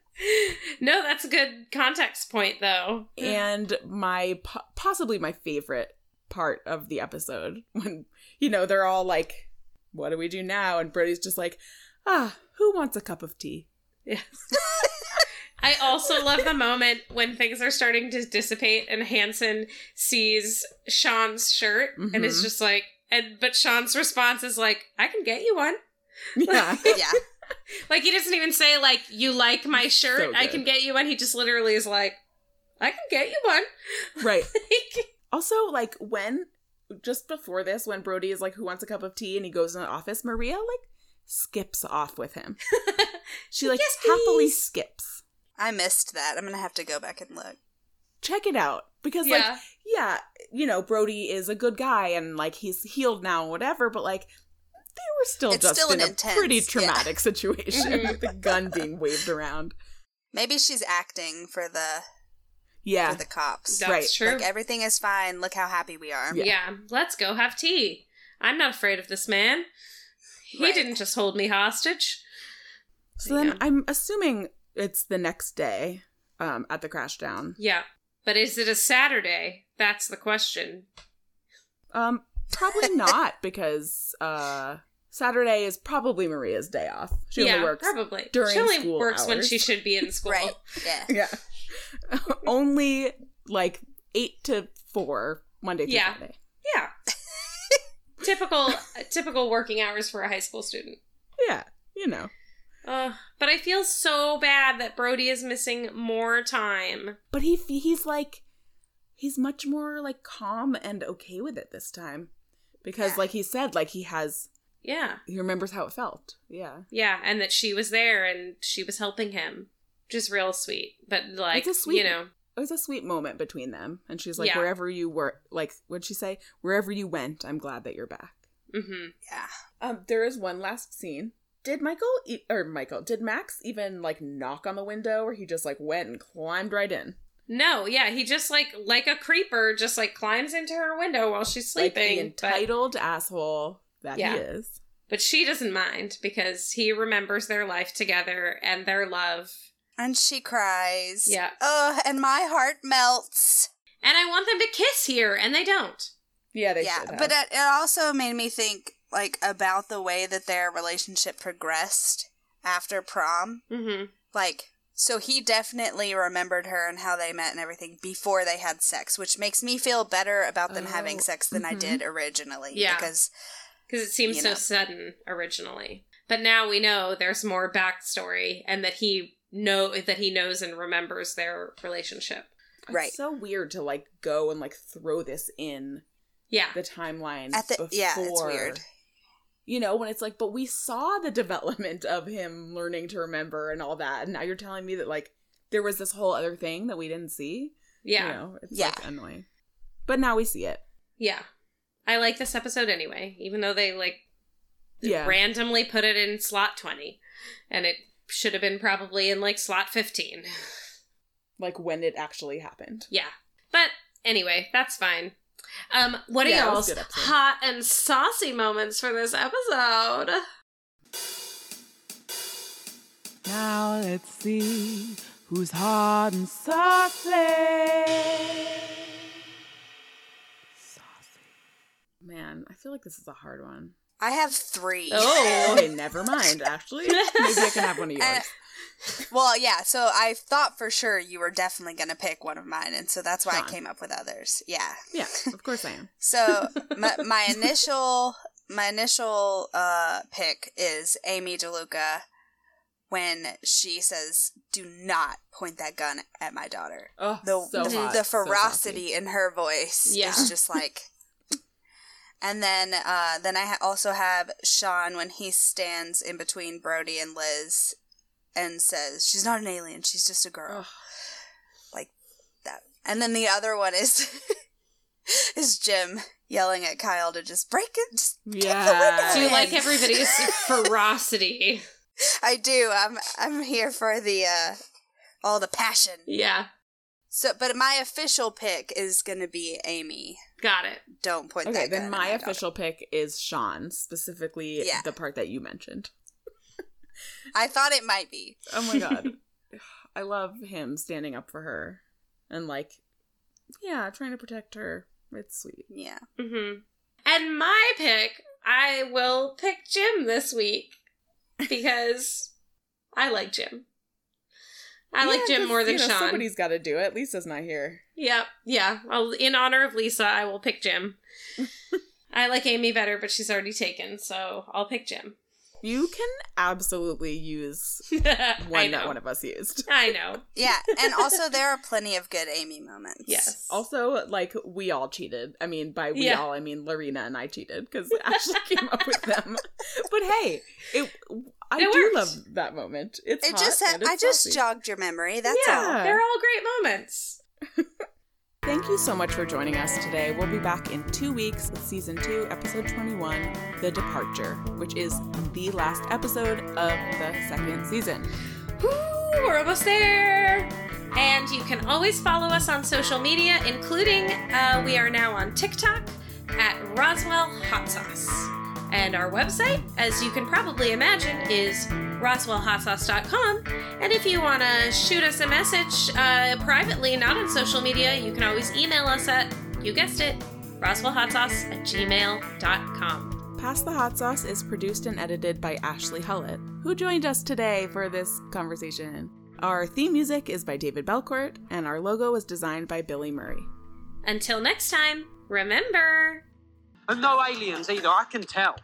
No, that's a good context point though.
and my po- possibly my favorite part of the episode when you know they're all like what do we do now and brody's just like ah who wants a cup of tea
I also love the moment when things are starting to dissipate and Hanson sees Sean's shirt and is
Mhm.
just like, and but Sean's response is like, "I can get you one."
yeah
yeah.
Like he doesn't even say like, "You like my shirt? I
good.
can get you one." He just literally is like, "I can get you one."
right
Like,
Also, like when just before this, when Brody is like, "Who wants a cup of tea?" and he goes in the office, Maria like skips off with him. she like
Yes,
happily
please.
skips.
I missed that. I'm going to have to go back and look.
Check it out because like
yeah,
yeah, you know Brody is a good guy and like he's healed now and whatever, but like they were still
It's
just
still
in
an
a
intense-
pretty
yeah. Mm-hmm.
traumatic situation
Mhm.
with the gun being waved around.
Maybe she's acting for the
Yeah,
for the cops.
that's
right.
true.
Like, everything is fine. Look how happy we are.
Yeah.
yeah. let's go have tea. I'm not afraid of this man. He
Right.
didn't just hold me hostage.
so then
Yeah.
I'm assuming it's the next day um, at the crash down.
Yeah, but is it a Saturday? That's the question.
Um, probably not because uh, Saturday is probably Maria's day off. She only works.
probably
during
She only
school
works when
hours.
she should be in school.
Right. Yeah.
Yeah, only like eight to four Monday through
Yeah.
Friday.
Yeah. typical typical working hours for a high school student.
Yeah, you know.
Uh, but I feel so bad that Brody is missing more time.
But he he's like he's much more like calm and okay with it this time because
Yeah.
like he said like he has
Yeah.
he remembers how it felt. Yeah.
Yeah, and that she was there and she was helping him. Just real sweet. But like,
It's a sweet-
you know,
It was a sweet moment between them and she's like
Yeah.
wherever you were like what'd she say? Wherever you went, I'm glad that you're back.
mhm.
Yeah.
Um there is one last scene. Did Michael e- or Michael did Max even like knock on the window or he just like went and climbed right in?
No, yeah, he just like like a creeper just like climbs into her window while she's
Like
sleeping.
the
but,
entitled asshole that
Yeah.
he is.
but she doesn't mind because he remembers their life together and their love.
And she cries.
Yeah.
Oh, and my heart melts.
And I want them to kiss here and they don't.
Yeah, they
yeah,
should have.
but uh, it, it also made me think like about the way that their relationship progressed after prom.
Mm-hmm.
Mhm.
Like, so he definitely remembered her and how they met and everything before they had sex, which makes me feel better about them having
Oh,
sex than I
mhm.
did originally.
Yeah.
because
Cuz it seems
You
so
know.
sudden originally. But now we know there's more backstory and that he know that he knows and remembers their relationship.
It's
Right.
so weird to like go and like throw this in
Yeah.
the timeline
At the-
before.
yeah, it's weird.
You know, when it's like, but we saw the development of him learning to remember and all that, and now you're telling me that like there was this whole other thing that we didn't see.
Yeah.
You know, it's
Yeah.
like annoying. But now we see it.
Yeah. I like this episode anyway, even though they like
Yeah.
randomly put it in slot 20 and it should have been probably in like slot 15.
like when it actually happened.
yeah. But anyway, that's fine. Um what are
Yeah, it was
y'all's
a good episode.
hot and saucy moments for this episode?
Now let's see who's hot and saucy. Saucy.
Man, I feel like this is a hard one.
I have three.
Oh.
Okay, never mind, actually. Maybe I can have one of yours.
Well, yeah, so I thought for sure you were definitely going to pick one of mine, and so that's why
Sean.
I came up with others. Yeah.
Yeah, of course I am.
So my, my initial my initial uh, pick is Amy DeLuca when she says, "Do not point that gun at my daughter."
Oh,
The
so
the,
hot,
the
so saucy.
ferocity in her voice
Yeah.
is just like. And then, uh, then I ha- also have Sean when he stands in between Brody and Liz, and says, "She's not an alien. She's just a girl."
Ugh.
that. And then the other one is is Jim yelling at Kyle to just break it. Just-
Yeah.
Do you
Yes.
like everybody's ferocity?
I do. I'm I'm here for the uh all the passion.
Yeah.
So, but my official pick is gonna be Amy.
Got it.
Don't point
Okay,
that. gun
then
at
my
daughter.
official pick is Sean, specifically
Yeah.
the part that you mentioned.
I thought it might be.
Oh my god. I love him standing up for her and like yeah, trying to protect her. It's sweet.
Yeah.
Mm-hmm. And my pick, I will pick Jim this week because I like Jim. I like
Yeah,
Jim
'cause,
more than
you know,
Sean.
Somebody's got to do it. Lisa's not here.
Yep, yeah. I'll, in honor of Lisa, I will pick Jim. I like Amy better, but she's already taken, so I'll pick Jim.
You can absolutely use
I
one that
know.
one of us used.
I know.
Yeah. And also, there are plenty of good Amy moments.
Yes.
Also, like we all cheated. I mean, by we
Yeah.
all, I mean Lorena and I cheated because Ashley came up with them. But hey, it I
It
do
worked.
love that moment. It's
It
hot
just
and
ha-
it's
I just
saucy.
jogged your memory. That's
Yeah.
all.
They're all great moments.
Thank you so much for joining us today. We'll be back in two weeks with season two, episode 21, The Departure, which is the last episode of the second season.
Woo, we're almost there. And you can always follow us on social media, including uh, we are now on TikTok at Roswell Hot Sauce. And our website, as you can probably imagine, is roswellhotsauce.com. And if you want to shoot us a message uh, privately, not on social media, you can always email us at, you guessed it, roswellhotsauce at gmail.com.
Pass the Hot Sauce is produced and edited by Ashley Hullett, who joined us today for this conversation. Our theme music is by David Belcourt, and our logo was designed by Billy Murray.
Until next time, remember.
And no aliens either, I can tell.